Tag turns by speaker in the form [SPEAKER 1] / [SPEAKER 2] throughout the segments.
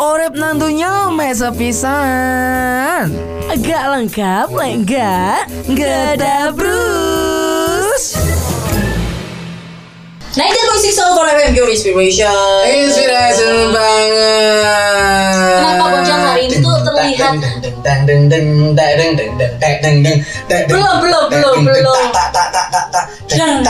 [SPEAKER 1] Orep nantunya mesa pisan.
[SPEAKER 2] Agak lengkap, enggak? Gada Bruce.
[SPEAKER 3] 92.6 Nah, Soul for FM Your Inspiration
[SPEAKER 1] Inspiration banget.
[SPEAKER 3] Kenapa Bojang hari ini tuh terlihat Belum, belum, belum, belum Dang.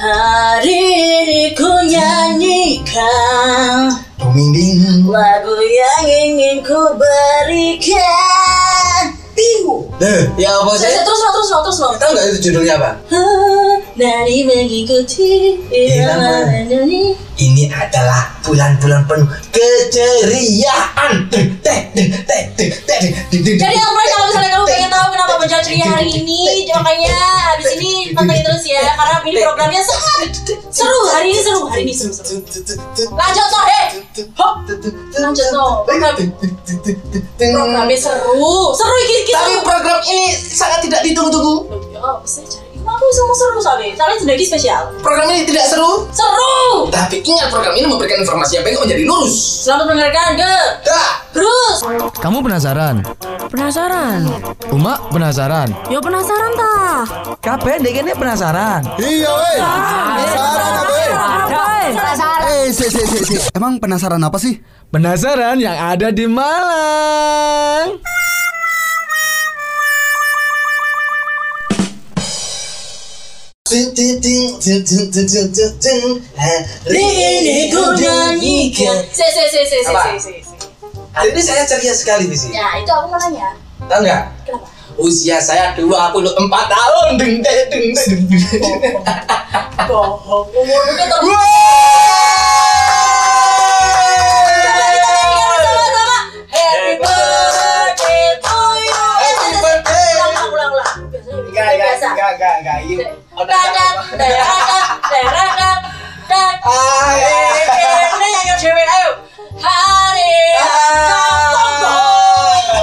[SPEAKER 3] Hari ini ku nyanyikan Lagu yang ingin ku berikan Biu
[SPEAKER 1] Ya apa
[SPEAKER 3] Terus,
[SPEAKER 1] sih?
[SPEAKER 3] terus, terus, terus, terus
[SPEAKER 1] Tahu nggak itu judulnya apa?
[SPEAKER 3] Ah, Nari mengikuti
[SPEAKER 1] Irama.
[SPEAKER 3] irama nyanyi
[SPEAKER 1] Ini adalah bulan-bulan penuh keceriaan.
[SPEAKER 3] Jadi yang pernah kalau misalnya kamu pengen tahu kenapa Bojang ceria hari ini Makanya habis ini pantengin terus ya Karena ini programnya sangat seru Hari ini seru, hari ini seru, seru Lanjut toh, hei Hop. Lanjut toh Programnya seru Seru ini kita
[SPEAKER 1] Tapi program ini sangat tidak ditunggu-tunggu.
[SPEAKER 3] Ya, saya cari Aku semua seru soalnya Soalnya sudah di spesial
[SPEAKER 1] Program ini tidak seru.
[SPEAKER 3] Seru
[SPEAKER 1] Tapi ingat program ini memberikan informasi yang penting menjadi lurus.
[SPEAKER 3] Selamat mendengarkan ke
[SPEAKER 1] Dah.
[SPEAKER 3] Bruce
[SPEAKER 4] Kamu penasaran?
[SPEAKER 2] Penasaran?
[SPEAKER 4] Uma penasaran?
[SPEAKER 2] Yo penasaran tah?
[SPEAKER 4] Kabeh dekene penasaran.
[SPEAKER 5] Iya, weh. Penasaran apa? eh? Eh, si, si, si, si. Emang penasaran apa sih?
[SPEAKER 4] Penasaran yang ada di Malang.
[SPEAKER 1] Hari
[SPEAKER 3] ini ku nyanyikan Se, se, se, se, se,
[SPEAKER 1] Apa?
[SPEAKER 3] se, se, se.
[SPEAKER 1] Hari Nah, ini saya ceria sekali di sini.
[SPEAKER 3] Ya, itu aku mau nanya
[SPEAKER 1] Tahu nggak?
[SPEAKER 3] Kenapa?
[SPEAKER 1] Usia saya 24 tahun. Deng deng deng
[SPEAKER 3] Oh,
[SPEAKER 1] deng. deng.
[SPEAKER 3] Bohong Umurmu kan terlalu Coba kita nyanyikan bersama-sama Happy birthday to you Eh, se, se, se. Ulang, ulang, ulang Biasanya
[SPEAKER 1] Enggak, enggak,
[SPEAKER 3] biasa
[SPEAKER 1] enggak, enggak, enggak. Ini otak
[SPEAKER 3] Dadat,
[SPEAKER 1] aku.
[SPEAKER 3] dadat, dadat, dadat.
[SPEAKER 1] Ah, iya.
[SPEAKER 3] Eh, udah nyanyi cewek, ayo. Hari Kampungku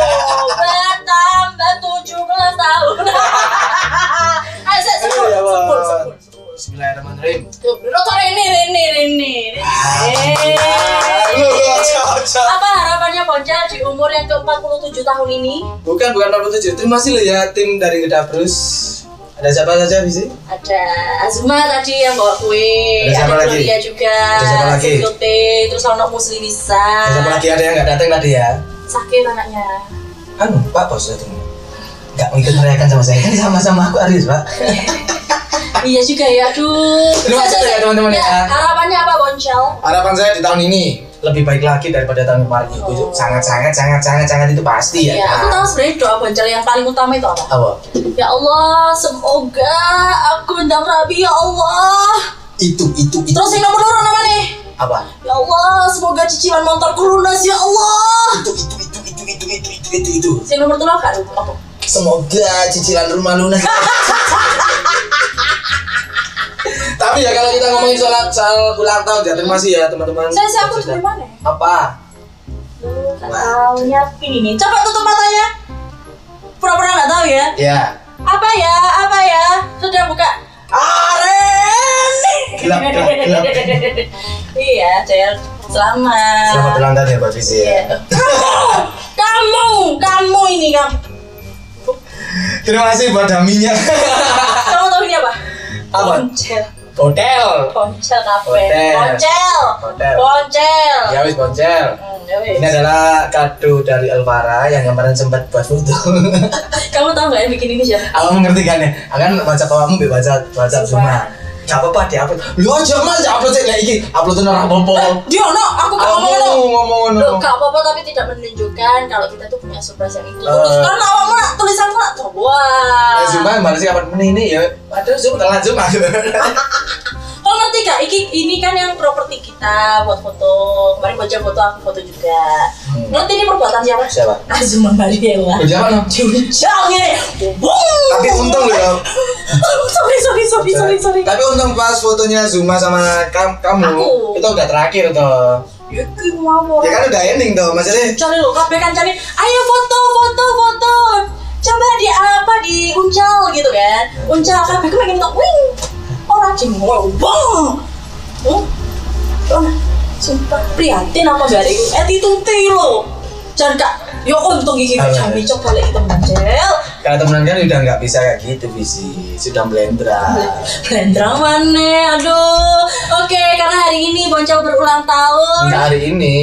[SPEAKER 3] bertambah 17 tahun. Ayo, saya sepul,
[SPEAKER 1] Iya, Bang.
[SPEAKER 3] sepul, sepul, sepul.
[SPEAKER 1] Bismillahirrahmanirrahim.
[SPEAKER 3] Tuh, Dokter ini, ini, ini, ini.
[SPEAKER 1] Lu, lu, cocok.
[SPEAKER 3] Apa harapannya Ponca di umur yang ke-47 tahun ini?
[SPEAKER 1] Bukan bukan 47. Terima kasih loh ya tim dari Geda Bruce. Ada siapa saja di sini?
[SPEAKER 3] Ada Azuma tadi yang bawa kue,
[SPEAKER 1] Ada siapa lagi?
[SPEAKER 3] Gloria juga,
[SPEAKER 1] Ada siapa lagi?
[SPEAKER 3] Sitote, terus ono Muslimisa.
[SPEAKER 1] Ada siapa lagi ada yang nggak datang tadi ya?
[SPEAKER 3] Sakit anaknya.
[SPEAKER 1] Anu, Pak Bos itu. Nggak mau ikut merayakan sama saya. Kan sama-sama aku Aris, Pak.
[SPEAKER 3] iya juga ya, aduh. Iya,
[SPEAKER 1] Terima kasih ya, teman-teman, ya.
[SPEAKER 3] Harapannya apa Boncel?
[SPEAKER 1] Harapan saya di tahun ini lebih baik lagi daripada tahun kemarin itu.
[SPEAKER 3] Oh.
[SPEAKER 1] Sangat sangat sangat sangat sangat itu pasti ya.
[SPEAKER 3] Ya, aku tahu sebenarnya doa Boncel yang paling utama itu apa?
[SPEAKER 1] Apa?
[SPEAKER 3] Ya Allah, semoga aku mendam Rabi ya Allah.
[SPEAKER 1] Itu itu itu.
[SPEAKER 3] Terus yang nomor loro nama nih?
[SPEAKER 1] Apa?
[SPEAKER 3] Ya Allah, semoga cicilan motorku lunas ya Allah.
[SPEAKER 1] Itu itu itu itu itu itu itu itu itu.
[SPEAKER 3] Yang nomor telu kan apa?
[SPEAKER 1] Semoga cicilan rumah lunas. Tapi ya kalau kita ngomongin soal soal ulang tahun ya terima kasih ya teman-teman.
[SPEAKER 3] Saya saya aku dari mana? ya?
[SPEAKER 1] Apa?
[SPEAKER 3] Lu nggak tahu nyiapin ini. Coba tutup matanya. Pura-pura nggak tahu ya?
[SPEAKER 1] Ya.
[SPEAKER 3] Apa ya? Apa ya? Sudah buka. Aren.
[SPEAKER 1] Gelap, gelap, gelap.
[SPEAKER 3] iya, Cel. Selamat.
[SPEAKER 1] Selamat ulang tahun ya Mbak Visi ya.
[SPEAKER 3] Iya. Kamu, kamu ini kamu.
[SPEAKER 1] Terima kasih buat daminya.
[SPEAKER 3] Kamu tahu ini apa?
[SPEAKER 1] Apa?
[SPEAKER 3] Poncel.
[SPEAKER 1] Hotel.
[SPEAKER 3] Poncel kafe.
[SPEAKER 1] Hotel.
[SPEAKER 3] Poncel.
[SPEAKER 1] Hotel.
[SPEAKER 3] Poncel.
[SPEAKER 1] Ya wis boncel.
[SPEAKER 3] Hmm, ya wis.
[SPEAKER 1] Ini adalah kado dari Elvara yang kemarin sempat buat foto.
[SPEAKER 3] Kamu tahu nggak yang bikin ini siapa?
[SPEAKER 1] Aku mengerti kan ya. Akan baca kamu be baca baca semua. Gak apa-apa dia upload. Lu aja mas upload sih lagi. Upload tuh orang popo.
[SPEAKER 3] Dia no, aku nggak
[SPEAKER 1] Kamu
[SPEAKER 3] Eh, ngomong no.
[SPEAKER 1] ngomong
[SPEAKER 3] Loh,
[SPEAKER 1] Oh, no.
[SPEAKER 3] gak apa-apa tapi tidak menunjukkan kalau kita tuh punya surprise yang itu.
[SPEAKER 1] Eh.
[SPEAKER 3] Terus karena awakmu nak tulisan nak tuh.
[SPEAKER 1] Ya,
[SPEAKER 3] Wah.
[SPEAKER 1] Zuma kemarin sih kapan menit ini ya. Aduh Zuma telat Zuma.
[SPEAKER 3] Kau ngerti gak? Iki, ini kan yang properti kita buat foto. Kemarin baca foto aku foto juga. Ngerti ini perbuatan siapa?
[SPEAKER 1] Hmm. Siapa?
[SPEAKER 3] Azuma Mariela.
[SPEAKER 1] Kerja mana?
[SPEAKER 3] Jauh ya.
[SPEAKER 1] Tapi untung loh. ya.
[SPEAKER 3] sorry sorry sorry sorry sorry.
[SPEAKER 1] Tapi untung pas fotonya Zuma sama kam- kamu
[SPEAKER 3] Aku.
[SPEAKER 1] itu udah terakhir toh.
[SPEAKER 3] Iki mau
[SPEAKER 1] Ya
[SPEAKER 3] ora.
[SPEAKER 1] kan udah ending dong maksudnya.
[SPEAKER 3] Cari lo kabeh kancane, ayo foto foto foto. Coba di apa di uncal gitu kan. Uncal kabeh ku pengen tok wing. Ora jeng wong. Oh. Oh, sumpah prihatin apa gak ada attitude lo. Jangan kak, yo untung iki
[SPEAKER 1] Apa?
[SPEAKER 3] jambi coba lagi temen Cel.
[SPEAKER 1] Kalau temenan kan udah nggak bisa kayak gitu visi sudah melendra.
[SPEAKER 3] Blendrang mana? eh, Aduh. Oke, karena hari ini Boncel berulang tahun.
[SPEAKER 1] Nggak Nah, hari ini.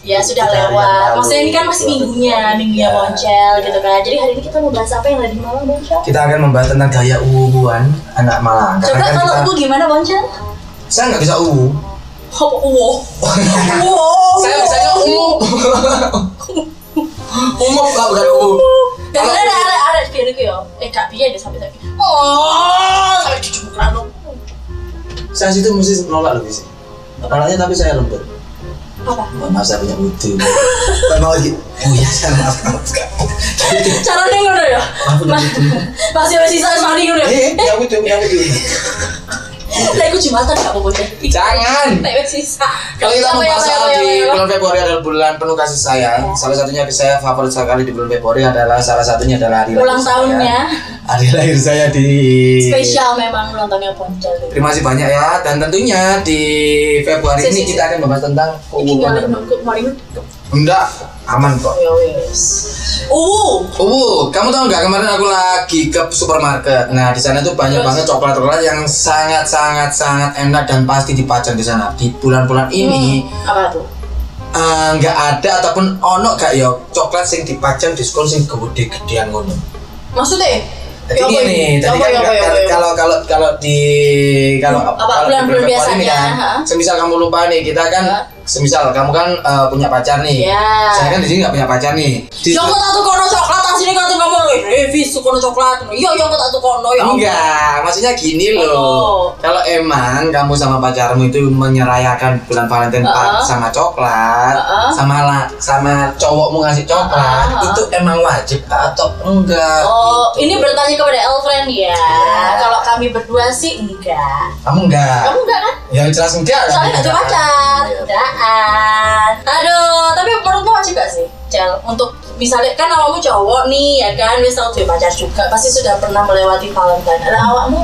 [SPEAKER 3] Ya sudah
[SPEAKER 1] Kita yang
[SPEAKER 3] lewat.
[SPEAKER 1] lalu.
[SPEAKER 3] Maksudnya ini kan masih minggunya, minggunya
[SPEAKER 1] Ya.
[SPEAKER 3] Boncel gitu kan. Jadi hari ini kita mau bahas apa yang ada di malam Boncel?
[SPEAKER 1] Kita akan membahas tentang gaya uwuan anak Malang. Karena
[SPEAKER 3] Coba
[SPEAKER 1] kan
[SPEAKER 3] kalau
[SPEAKER 1] kita,
[SPEAKER 3] aku gimana Boncel?
[SPEAKER 1] saya nggak bisa uwu.
[SPEAKER 3] Hop wow. Wow.
[SPEAKER 1] saya oh. bisanya umu. umu nggak bukan uwu.
[SPEAKER 3] Dan ada ada ada di pianku ya. Eh kak pian deh sampai tapi. Oh, sampai cucu kerano.
[SPEAKER 1] Saya situ mesti nolak lebih sih. Nolaknya tapi saya lembut.
[SPEAKER 3] Apa?
[SPEAKER 1] Mohon maaf saya punya butuh. Mohon maaf gitu. Oh ya saya maaf maaf Kak.
[SPEAKER 3] Caranya ngono ya.
[SPEAKER 1] Maaf udah butuh.
[SPEAKER 3] Masih masih sisa mari ngono ya.
[SPEAKER 1] Eh, ya butuh ya butuh.
[SPEAKER 3] Lah iku jumatan gak apa-apa deh.
[SPEAKER 1] Jangan.
[SPEAKER 3] Nek wis sisa.
[SPEAKER 1] Kalau kita
[SPEAKER 3] Apa ya,
[SPEAKER 1] membahas
[SPEAKER 3] apa ya,
[SPEAKER 1] soal
[SPEAKER 3] apa ya,
[SPEAKER 1] di
[SPEAKER 3] apa ya?
[SPEAKER 1] bulan Februari adalah bulan penuh kasih sayang.
[SPEAKER 3] Iya.
[SPEAKER 1] Salah satunya saya favorit sekali di bulan Februari adalah salah satunya adalah hari
[SPEAKER 3] ulang
[SPEAKER 1] lahir
[SPEAKER 3] tahunnya
[SPEAKER 1] saya. Hari lahir saya di
[SPEAKER 3] spesial memang ulang tahunnya Poncol
[SPEAKER 1] Terima kasih banyak ya dan tentunya di Februari
[SPEAKER 3] Si, si,
[SPEAKER 1] ini
[SPEAKER 3] si.
[SPEAKER 1] kita akan membahas tentang
[SPEAKER 3] iki kali
[SPEAKER 1] hubungan.
[SPEAKER 3] nunggu kemarin
[SPEAKER 1] Enggak, aman kok.
[SPEAKER 3] ya wes uh
[SPEAKER 1] Uwu, kamu tahu nggak kemarin aku lagi ke supermarket. Nah di sana tuh banyak
[SPEAKER 3] Terus?
[SPEAKER 1] banget coklat-coklat yang sangat sangat sangat enak dan pasti dipajang di sana. Di bulan-bulan
[SPEAKER 3] Hmm.
[SPEAKER 1] ini
[SPEAKER 3] apa tuh
[SPEAKER 1] Eh, nggak ada ataupun ono gak ya coklat sing dipajang diskon sing gede gedean ngono.
[SPEAKER 3] maksudnya
[SPEAKER 1] Jadi
[SPEAKER 3] Ya apa
[SPEAKER 1] gini,
[SPEAKER 3] ini? Ya
[SPEAKER 1] tadi kan
[SPEAKER 3] apa, ya apa, ya apa,
[SPEAKER 1] kalau-
[SPEAKER 3] ya apa?
[SPEAKER 1] kalau kalau kalau di kalau
[SPEAKER 3] Apa,
[SPEAKER 1] kalau di
[SPEAKER 3] bulan-bulan
[SPEAKER 1] beberapa hari
[SPEAKER 3] biasanya,
[SPEAKER 1] kan,
[SPEAKER 3] ha?
[SPEAKER 1] semisal kamu lupa nih kita kan
[SPEAKER 3] Ya.
[SPEAKER 1] semisal kamu kan eh, punya pacar nih.
[SPEAKER 3] Ya.
[SPEAKER 1] Saya kan di sini nggak punya pacar nih. Di-
[SPEAKER 3] Yo kok tak tukono coklat asine kok tuh ngomong eh vis tukono coklat. Yo yo kok tak tukono ya. ampun.
[SPEAKER 1] Enggak, maksudnya gini loh.
[SPEAKER 3] Oh.
[SPEAKER 1] Kalau emang kamu sama pacarmu itu menyerayakan bulan Valentine
[SPEAKER 3] Uh-uh.
[SPEAKER 1] sama coklat,
[SPEAKER 3] Uh-uh.
[SPEAKER 1] sama la- sama cowokmu ngasih coklat,
[SPEAKER 3] Uh-uh.
[SPEAKER 1] itu emang wajib atau enggak?
[SPEAKER 3] Oh, ini bertanya kepada Elfriend ya.
[SPEAKER 1] Iya.
[SPEAKER 3] Kalau kami berdua sih enggak.
[SPEAKER 1] Kamu enggak.
[SPEAKER 3] Kamu enggak kan?
[SPEAKER 1] Ya jelas enggak.
[SPEAKER 3] Soalnya nggak
[SPEAKER 1] kan? Iya.
[SPEAKER 3] punya pacar. Daan. Aduh, tapi menurutmu wajib gak sih? Cel, untuk misalnya kan awakmu cowok nih ya kan, wis tau duwe pacar juga, pasti sudah pernah melewati Valentine. Ada awakmu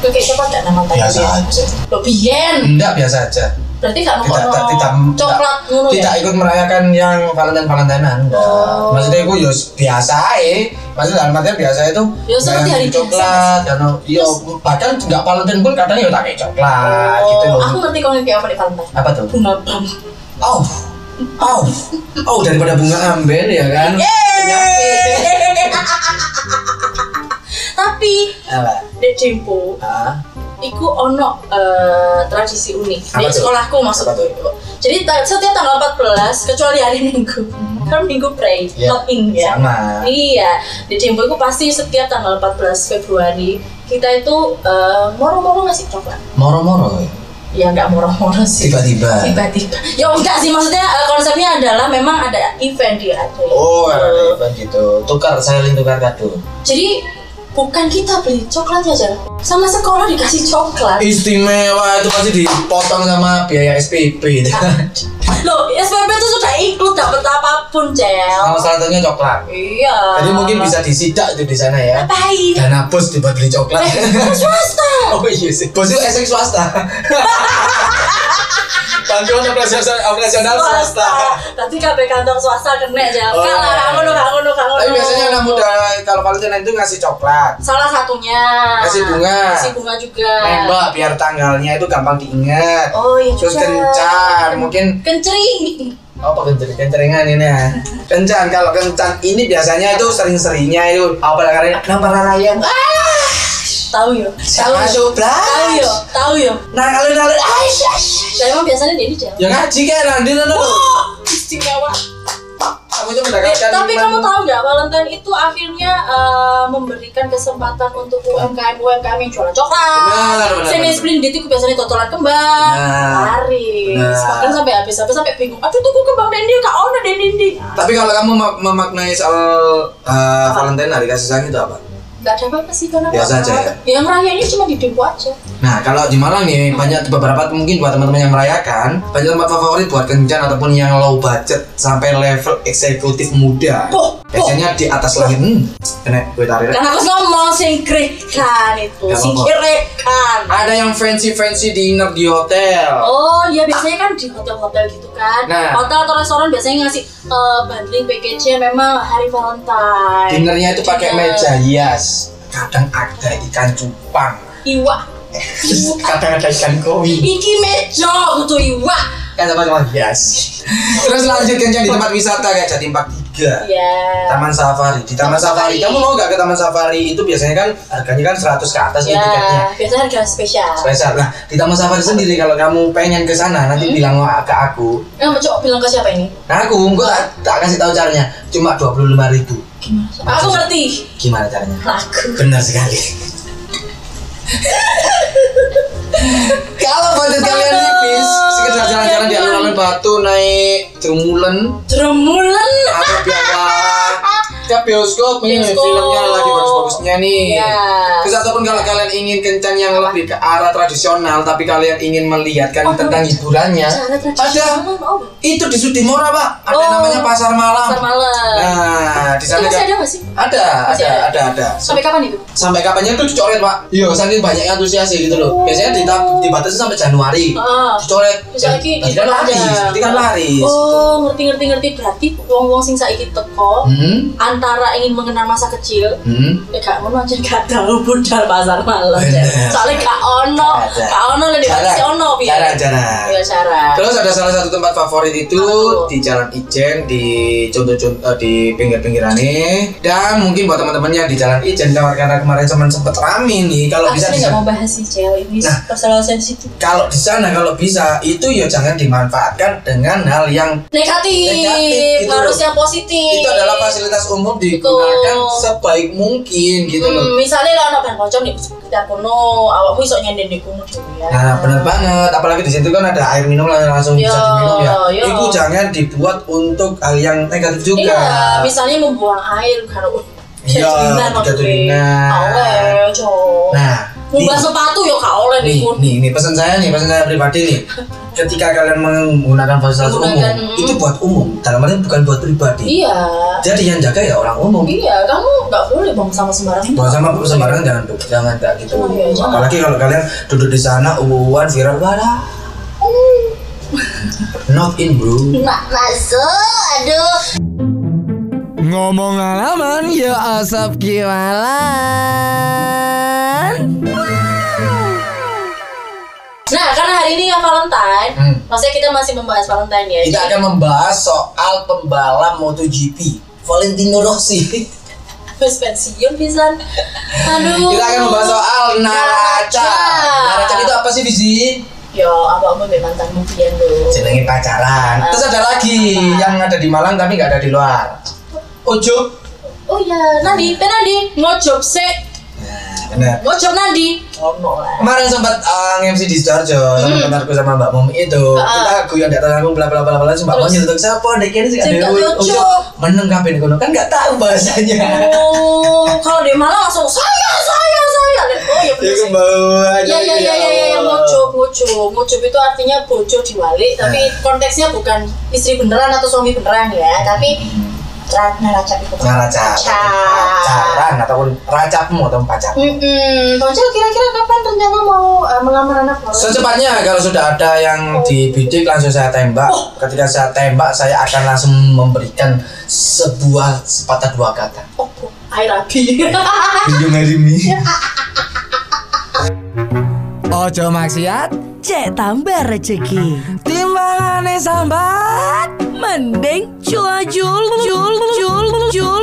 [SPEAKER 3] Oke, siapa gak nama tadi?
[SPEAKER 1] Biasa aja.
[SPEAKER 3] Lo biyen,
[SPEAKER 1] Enggak biasa aja.
[SPEAKER 3] berarti gak
[SPEAKER 1] Tidak,
[SPEAKER 3] nongkrong
[SPEAKER 1] tidak, tidak,
[SPEAKER 3] coklat ngono
[SPEAKER 1] tidak,
[SPEAKER 3] ya?
[SPEAKER 1] ikut merayakan yang Valentine Valentinean. Enggak.
[SPEAKER 3] Oh.
[SPEAKER 1] Maksudnya aku ya biasa aja. Maksudnya dalam artian biasa itu
[SPEAKER 3] Ya, seperti
[SPEAKER 1] yang
[SPEAKER 3] hari biasa.
[SPEAKER 1] coklat dan ya bahkan nggak Valentine pun kadang ya tak kayak coklat gitu
[SPEAKER 3] Oh,
[SPEAKER 1] loh.
[SPEAKER 3] aku ngerti kalau kayak apa di Valentine.
[SPEAKER 1] Apa tuh?
[SPEAKER 3] Bunga bang.
[SPEAKER 1] Oh, oh, oh daripada bunga amben ya kan? Penyakit.
[SPEAKER 3] Tapi
[SPEAKER 1] Apa?
[SPEAKER 3] Dek Jempo,
[SPEAKER 1] Ah,
[SPEAKER 3] Iku ono eh, tradisi unik
[SPEAKER 1] Apa
[SPEAKER 3] di
[SPEAKER 1] tuh?
[SPEAKER 3] sekolahku maksud
[SPEAKER 1] Apa tuh?
[SPEAKER 3] aku. Jadi ta- setiap tanggal 14 kecuali hari Minggu. Kan Minggu pray,
[SPEAKER 1] Hmm. Iya.
[SPEAKER 3] not ing ya.
[SPEAKER 1] Sama.
[SPEAKER 3] Iya, di Jembo itu pasti setiap tanggal 14 Februari kita itu eh, moro-moro ngasih coklat.
[SPEAKER 1] moro-moro ya?
[SPEAKER 3] Ya nggak moro-moro sih.
[SPEAKER 1] tiba-tiba.
[SPEAKER 3] Tiba-tiba. Ya enggak sih maksudnya eh, konsepnya adalah memang ada event di ada.
[SPEAKER 1] Oh,
[SPEAKER 3] Eh,
[SPEAKER 1] ada event gitu. Tukar saling tukar kado.
[SPEAKER 3] Jadi bukan kita beli coklatnya aja. Sama sekolah dikasih coklat.
[SPEAKER 1] Istimewa itu pasti dipotong sama biaya SPP.
[SPEAKER 3] Loh, SPP itu sudah ikut dapat apapun,
[SPEAKER 1] Sama
[SPEAKER 3] Cel.
[SPEAKER 1] salah satunya coklat.
[SPEAKER 3] Iya.
[SPEAKER 1] Oh. Jadi mungkin bisa disidak itu di sana ya.
[SPEAKER 3] Ngapain?
[SPEAKER 1] Dana bos dibuat beli coklat.
[SPEAKER 3] Eh, kan swasta.
[SPEAKER 1] Oh iya sih. Bos itu esek swasta. Bantuan operasional operasional swasta.
[SPEAKER 3] Berarti kabeh kantor swasta kena, Cel.
[SPEAKER 1] Oh.
[SPEAKER 3] Kalah, gak ngono, gak ngono, gak ngono.
[SPEAKER 1] Tapi biasanya anak muda kalau Valentine itu ngasih coklat.
[SPEAKER 3] Salah satunya.
[SPEAKER 1] Kasih bunga.
[SPEAKER 3] Kasih bunga juga.
[SPEAKER 1] Nembak biar tanggalnya itu gampang diingat.
[SPEAKER 3] Iya. Oh iya juga.
[SPEAKER 1] Terus kencan, mungkin
[SPEAKER 3] Kencering.
[SPEAKER 1] apa kencan kencengan ini ya. Kencan kalau kencan ini biasanya itu sering-seringnya itu apa karena nampar layang.
[SPEAKER 3] Tahu yo. Tahu yo. Tahu
[SPEAKER 1] Tahu
[SPEAKER 3] yo. Tahu yo.
[SPEAKER 1] Nah, alun-alun.
[SPEAKER 3] Lah emang biasanya dia di Cel.
[SPEAKER 1] Ya ngaji kayak Randi Rano.
[SPEAKER 3] Istimewa.
[SPEAKER 1] Aku tuh
[SPEAKER 3] Eh,
[SPEAKER 1] mendekatkan.
[SPEAKER 3] tapi kamu tahu nggak Valentine itu akhirnya eh, memberikan kesempatan untuk UMKM UMKM yang jualan
[SPEAKER 1] Benar,
[SPEAKER 3] coklat.
[SPEAKER 1] benar,
[SPEAKER 3] Sini
[SPEAKER 1] benar.
[SPEAKER 3] splendid itu biasanya totolan kembang,
[SPEAKER 1] Benar.
[SPEAKER 3] laris,
[SPEAKER 1] Benar.
[SPEAKER 3] bahkan sampai habis habis sampai bingung. Aduh tuh kembang dendil kak ono dendil.
[SPEAKER 1] Tapi kalau kamu ma- memaknai soal eh, Valentine hari kasih sayang itu apa?
[SPEAKER 3] nggak ada apa-apa sih karena
[SPEAKER 1] Biasa aja ya?
[SPEAKER 3] yang merayainnya cuma di depo aja
[SPEAKER 1] Nah, kalau di Malang nih banyak beberapa mungkin buat teman-teman yang merayakan, banyak tempat favorit buat kencan ataupun yang low budget sampai level eksekutif muda.
[SPEAKER 3] Poh, poh.
[SPEAKER 1] Biasanya di atas langit. Hmm, kena gue tarik.
[SPEAKER 3] karena aku ngomong singkirkan itu
[SPEAKER 1] Nggak apa-apa.
[SPEAKER 3] singkirkan
[SPEAKER 1] Ada yang fancy fancy dinner di hotel.
[SPEAKER 3] Oh, ya biasanya kan di hotel-hotel gitu kan.
[SPEAKER 1] Nah.
[SPEAKER 3] Hotel atau restoran biasanya ngasih eh, bundling package-nya memang hari Valentine. Iya.
[SPEAKER 1] Dinnernya itu pakai
[SPEAKER 3] Dinner.
[SPEAKER 1] meja hias. Kadang ada ikan cupang.
[SPEAKER 3] Iwa.
[SPEAKER 1] Kadang ada ikan koi.
[SPEAKER 3] Iki meja kudu iwa.
[SPEAKER 1] Kan sama-sama hias. Terus lanjut kencan di tempat wisata kayak jadi 43.
[SPEAKER 3] Ya.
[SPEAKER 1] Taman Safari. Di
[SPEAKER 3] Taman
[SPEAKER 1] Taman Safari.
[SPEAKER 3] Safari.
[SPEAKER 1] Kamu mau gak ke Taman Safari? Itu biasanya kan harganya kan 100 ke atas nih
[SPEAKER 3] Ya,
[SPEAKER 1] tiketnya.
[SPEAKER 3] biasanya harga spesial.
[SPEAKER 1] Spesial. Nah, di Taman Safari sendiri kalau kamu pengen ke sana
[SPEAKER 3] Hmm.
[SPEAKER 1] nanti bilang ke aku.
[SPEAKER 3] Nah, mau coba bilang ke siapa ini?
[SPEAKER 1] Nah, aku gue tak, tak kasih tahu caranya. Cuma 25.000 ribu.
[SPEAKER 3] Gimana? Aku ngerti.
[SPEAKER 1] Gimana caranya?
[SPEAKER 3] Laku.
[SPEAKER 1] Benar sekali. kalau budget kalian tipis, sekedar jalan-jalan di alun-alun Batu naik Trumulen
[SPEAKER 3] Dremulen.
[SPEAKER 1] atau biarlah ke bioskop nih
[SPEAKER 3] Bioskop.
[SPEAKER 1] filmnya lagi bagus-bagusnya nih
[SPEAKER 3] Iya.
[SPEAKER 1] terus ataupun kalau kalian ingin kencan yang lebih ke arah tradisional tapi kalian ingin melihatkan
[SPEAKER 3] Oh,
[SPEAKER 1] tentang hiburannya
[SPEAKER 3] Cara
[SPEAKER 1] ada
[SPEAKER 3] tradisional. Oh,
[SPEAKER 1] itu di Sudimora pak ada
[SPEAKER 3] Oh.
[SPEAKER 1] namanya pasar malam
[SPEAKER 3] pasar malam.
[SPEAKER 1] nah di
[SPEAKER 3] Itu
[SPEAKER 1] sana
[SPEAKER 3] masih
[SPEAKER 1] kan-
[SPEAKER 3] ada nggak sih?
[SPEAKER 1] ada
[SPEAKER 3] Masih
[SPEAKER 1] ada
[SPEAKER 3] ada.
[SPEAKER 1] ada ada
[SPEAKER 3] Sampai kapan itu?
[SPEAKER 1] sampai kapannya tuh dicoret pak iya saking banyak yang antusiasi gitu loh biasanya dita- dibatasi sampai Januari
[SPEAKER 3] Ah.
[SPEAKER 1] dicoret
[SPEAKER 3] Terus
[SPEAKER 1] Jan-
[SPEAKER 3] lagi
[SPEAKER 1] tadi kan
[SPEAKER 3] dicoret
[SPEAKER 1] laris
[SPEAKER 3] aja.
[SPEAKER 1] tadi kan laris
[SPEAKER 3] Oh, ngerti ngerti ngerti berarti wong-wong sing saiki teko
[SPEAKER 1] hmm
[SPEAKER 3] antara ingin mengenang masa kecil
[SPEAKER 1] hmm
[SPEAKER 3] ya gak ono anjir gak tau budal pasar malam Jen.
[SPEAKER 1] Bener.
[SPEAKER 3] soalnya gak ono
[SPEAKER 1] Gak ada.
[SPEAKER 3] gak ono lagi
[SPEAKER 1] Jarang.
[SPEAKER 3] pasti Kan ono piye.
[SPEAKER 1] Jarang, jarang.
[SPEAKER 3] Iya, jarang
[SPEAKER 1] Terus ada salah satu tempat favorit itu
[SPEAKER 3] Apa tuh?
[SPEAKER 1] di Jalan Ijen di contoh-contoh eh, di pinggir-pinggirannya dan mungkin buat teman-teman yang di Jalan Ijen karena- karena kemarin cuman sempet rame nih kalau
[SPEAKER 3] aku
[SPEAKER 1] bisa di
[SPEAKER 3] sebenernya gak
[SPEAKER 1] sana-
[SPEAKER 3] Ah, mau bahas si cel ini
[SPEAKER 1] Nah.
[SPEAKER 3] persoalan sensitif
[SPEAKER 1] kalau di sana kalau bisa itu ya jangan dimanfaatkan dengan hal yang
[SPEAKER 3] negatif,
[SPEAKER 1] Negatif, gitu
[SPEAKER 3] harus
[SPEAKER 1] loh.
[SPEAKER 3] yang positif
[SPEAKER 1] itu adalah fasilitas umum digunakan sebaik mungkin gitu loh.
[SPEAKER 3] Hmm, misalnya lah ono ban kocok nih kita kono awakmu iso nyenden di kono dhewe ya
[SPEAKER 1] Nah, benar banget. Apalagi di situ kan ada air minum lang- langsung bisa
[SPEAKER 3] Yo,
[SPEAKER 1] diminum ya.
[SPEAKER 3] yo.
[SPEAKER 1] Itu jangan dibuat untuk hal yang negatif juga.
[SPEAKER 3] Iya, misalnya membuang air uh, karo
[SPEAKER 1] Iya, jatuhinan.
[SPEAKER 3] Awal, cok.
[SPEAKER 1] Nah,
[SPEAKER 3] Ngubah
[SPEAKER 1] di-
[SPEAKER 3] sepatu ya gak oleh
[SPEAKER 1] nih,
[SPEAKER 3] dikun.
[SPEAKER 1] nih, nih pesan saya nih, pesan saya pribadi nih. Ketika kalian menggunakan fasilitas umum,
[SPEAKER 3] Menggunakan, mm.
[SPEAKER 1] itu buat umum. Dalam artian bukan buat pribadi.
[SPEAKER 3] Iya.
[SPEAKER 1] Jadi yang jaga ya orang umum.
[SPEAKER 3] Iya, kamu gak boleh buang sampah sembarangan.
[SPEAKER 1] Buang sama sembarangan jangan duduk, jangan kayak gitu.
[SPEAKER 3] Oh, iya, jangan.
[SPEAKER 1] Apalagi kalau kalian duduk di sana uwan viral wala.
[SPEAKER 3] Hmm.
[SPEAKER 1] Not in bro.
[SPEAKER 3] Nggak masuk, aduh.
[SPEAKER 4] Ngomong alaman ya asap kiwalan.
[SPEAKER 3] Nah, karena hari ini yang Valentine,
[SPEAKER 1] Hmm. Iya.
[SPEAKER 3] maksudnya kita masih membahas Valentine ya.
[SPEAKER 1] Kita akan membahas soal pembalap MotoGP Valentino Rossi.
[SPEAKER 3] Terus pensiun pisan. Aduh.
[SPEAKER 1] Kita akan membahas soal naraca. Naraca itu apa sih, Fizi?
[SPEAKER 3] Yo, Ya, apa apa be mantanmu pian lho.
[SPEAKER 1] jenenge pacaran. Terus ada lagi yang ada di Malang tapi nggak ada di luar. Ojo.
[SPEAKER 3] Oh iya, Nandi, pe Nandi, ngojob sik.
[SPEAKER 1] Benar.
[SPEAKER 3] Ngojob Nandi. Ono lah.
[SPEAKER 1] Kemarin sempat uh, MC di Sidoarjo sama
[SPEAKER 3] Hmm.
[SPEAKER 1] temanku sama Mbak Mom itu. Kita guyon di atas aku bla bla bla bla Mbak Mom
[SPEAKER 3] Terus?
[SPEAKER 1] nyelutuk siapa ndek kene sing
[SPEAKER 3] Sing
[SPEAKER 1] ada
[SPEAKER 3] gak ada Ojo."
[SPEAKER 1] Ojo. Meneng kabeh kono kan nggak tahu bahasanya.
[SPEAKER 3] Oh, kalau di Malang langsung saya, saya, saya. Oh iya
[SPEAKER 1] Ya
[SPEAKER 3] bener sih.
[SPEAKER 1] kebawaan.
[SPEAKER 3] Ya ya ya ya ya, ya mojok mojok mojok itu artinya bojo diwalik tapi
[SPEAKER 1] Eh.
[SPEAKER 3] konteksnya bukan istri beneran atau suami beneran ya tapi ratna racap itu
[SPEAKER 1] Naraca. Pacaran ataupun racapmu atau pacar.
[SPEAKER 3] Hmm, Bocil kira-kira kapan rencana mau eh, melamar anak baru?
[SPEAKER 1] Secepatnya kalau sudah ada yang dibidik langsung saya tembak. Ketika saya tembak saya akan langsung memberikan sebuah sepatah dua kata.
[SPEAKER 3] Oh, oh, air api.
[SPEAKER 1] Kunjung hari ini.
[SPEAKER 4] Ojo maksiat,
[SPEAKER 2] Cek tambah rezeki
[SPEAKER 4] timbangane sambat.
[SPEAKER 2] Mending cua jul jul jul jul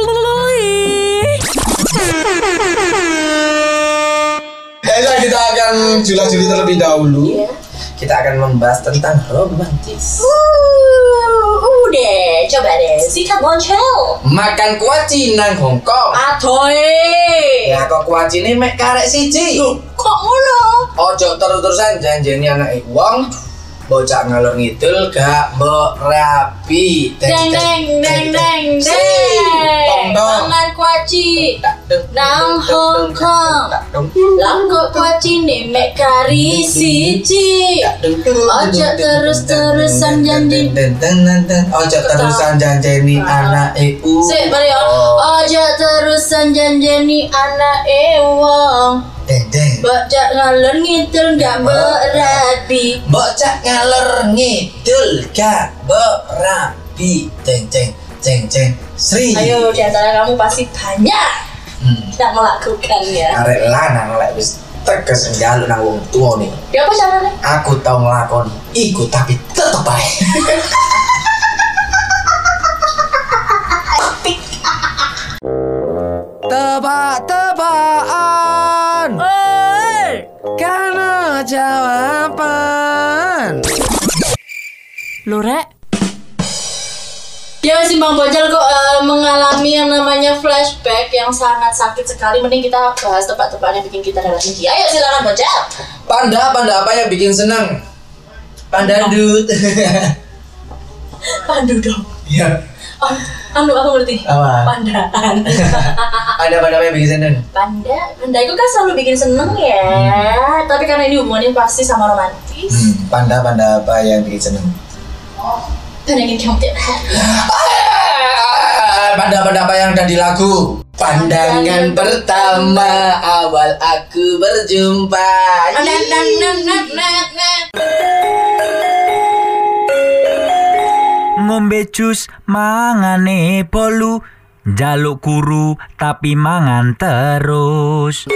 [SPEAKER 1] Esok kita akan jula-juli terlebih dahulu.
[SPEAKER 3] Iya.
[SPEAKER 1] Kita akan membahas tentang romantis.
[SPEAKER 3] Uh, udah, coba deh. Sikat boncel.
[SPEAKER 1] Makan kuaci nang Hongkong.
[SPEAKER 3] Atoe.
[SPEAKER 1] Ya kok kuaci ini mek karek siji.
[SPEAKER 3] Kok ngono?
[SPEAKER 1] Ojo terus-terusan janjeni anak wong bocah ngalor ngidul gak mbok rapi.
[SPEAKER 3] Deng deng deng deng deng.
[SPEAKER 1] Tong dong.
[SPEAKER 3] Pangan kuat kuaci Nang Hong Kong Lah kok kuaci nih mek kari siji Ojo terus-terusan janji
[SPEAKER 1] Ojo terusan janjeni anak EU
[SPEAKER 3] Sik, mari ya Ojo terusan janjeni anak e ewong
[SPEAKER 1] Dendeng
[SPEAKER 3] Bocak ngalun ngitul gak berapi
[SPEAKER 1] Mbok cak ngalor ngidul gak mbok rapi Ceng ceng ceng ceng Sri Hmm.
[SPEAKER 3] Ayo diantara kamu pasti banyak Tidak melakukan ya
[SPEAKER 1] Arek lanang lek wis teges njaluk nang wong tuwa nih
[SPEAKER 3] Ya apa caranya?
[SPEAKER 1] Aku tau nglakoni iku tapi tetep baik
[SPEAKER 4] Tebak-tebakan Karena jawaban
[SPEAKER 2] Lo rek
[SPEAKER 3] Ya masih Bang Bojal kok eh, mengalami yang namanya flashback yang sangat sakit sekali. Mending kita bahas tempat-tempat yang bikin kita darah tinggi. Ayo silakan Bojal.
[SPEAKER 1] Panda, panda apa yang bikin seneng? Panda dut.
[SPEAKER 3] Pandu dong.
[SPEAKER 1] ya.
[SPEAKER 3] Oh, anu aku ngerti.
[SPEAKER 1] Apa?
[SPEAKER 3] Pandaan.
[SPEAKER 1] Ada panda apa yang bikin seneng?
[SPEAKER 3] Panda, panda itu kan selalu bikin seneng ya. Tapi karena ini hubungannya pasti sama romantis.
[SPEAKER 1] Hmm, Panda, panda apa yang bikin seneng?
[SPEAKER 3] Pengen kamu tiap hari.
[SPEAKER 1] Eh, Panda, panda apa yang ada di lagu? Pandangan pertama awal aku berjumpa.
[SPEAKER 3] Nan, nan, nan, nan, nan, nan.
[SPEAKER 6] ngombe jus mangane bolu jaluk kuru tapi mangan terus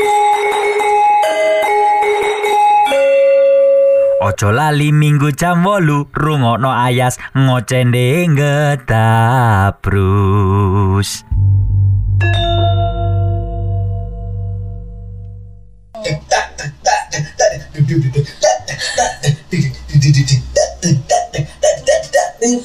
[SPEAKER 6] Ojo lali minggu jam wolu rungokno ayas ngocende ngedabrus
[SPEAKER 3] Hari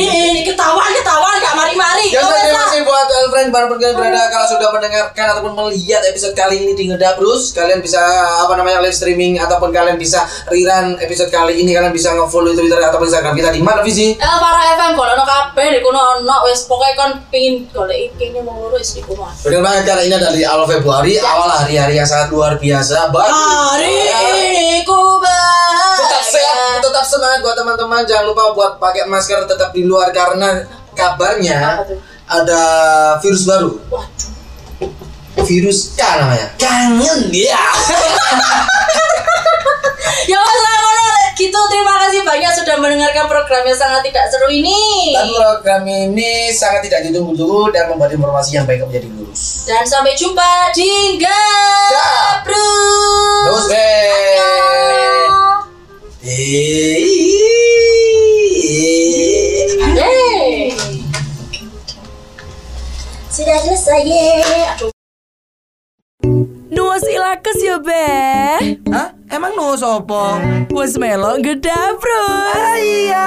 [SPEAKER 3] ini ketawa, ketawa, gak mari-mari.
[SPEAKER 1] Ya,
[SPEAKER 3] Kau
[SPEAKER 1] terima
[SPEAKER 3] bisa.
[SPEAKER 1] kasih buat all friend barang kalian berada kalau sudah mendengarkan ataupun melihat episode kali ini di Ngedabrus kalian bisa apa namanya live streaming ataupun kalian bisa rerun episode kali ini kalian bisa nge-follow Twitter ataupun Instagram kita di mana visi
[SPEAKER 3] Eh, para FM golek ono kabeh di kuno ono wis pokoke kon pengin golek iki ning wong loro wis di kuno.
[SPEAKER 1] Benar banget karena ini dari awal Februari awal hari-hari yang sangat luar biasa Iya. baru
[SPEAKER 3] Hari ini ku Iya,
[SPEAKER 1] tetap sehat
[SPEAKER 3] bahagia.
[SPEAKER 1] tetap semangat buat teman-teman jangan lupa buat pakai masker tetap di luar karena kabarnya
[SPEAKER 3] Apa tuh?
[SPEAKER 1] ada virus baru
[SPEAKER 3] Waduh.
[SPEAKER 1] virus K namanya kangen
[SPEAKER 3] iya.
[SPEAKER 1] dia
[SPEAKER 3] Ya wes lah ngono rek. gitu terima kasih banyak sudah mendengarkan program yang sangat tidak seru ini.
[SPEAKER 1] Dan program ini sangat tidak ditunggu-tunggu dan membuat informasi yang baik menjadi lurus.
[SPEAKER 3] Dan sampai jumpa di Gabrus.
[SPEAKER 1] Ya. Terus, Bek. Eh.
[SPEAKER 3] Hey. Sudah selesai ye. Aduh.
[SPEAKER 2] Dua silakes ya beh
[SPEAKER 4] Hah? Emang nu sopo?
[SPEAKER 2] Wes melok gedabrus
[SPEAKER 4] Iya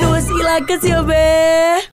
[SPEAKER 2] Dua silakes ya beh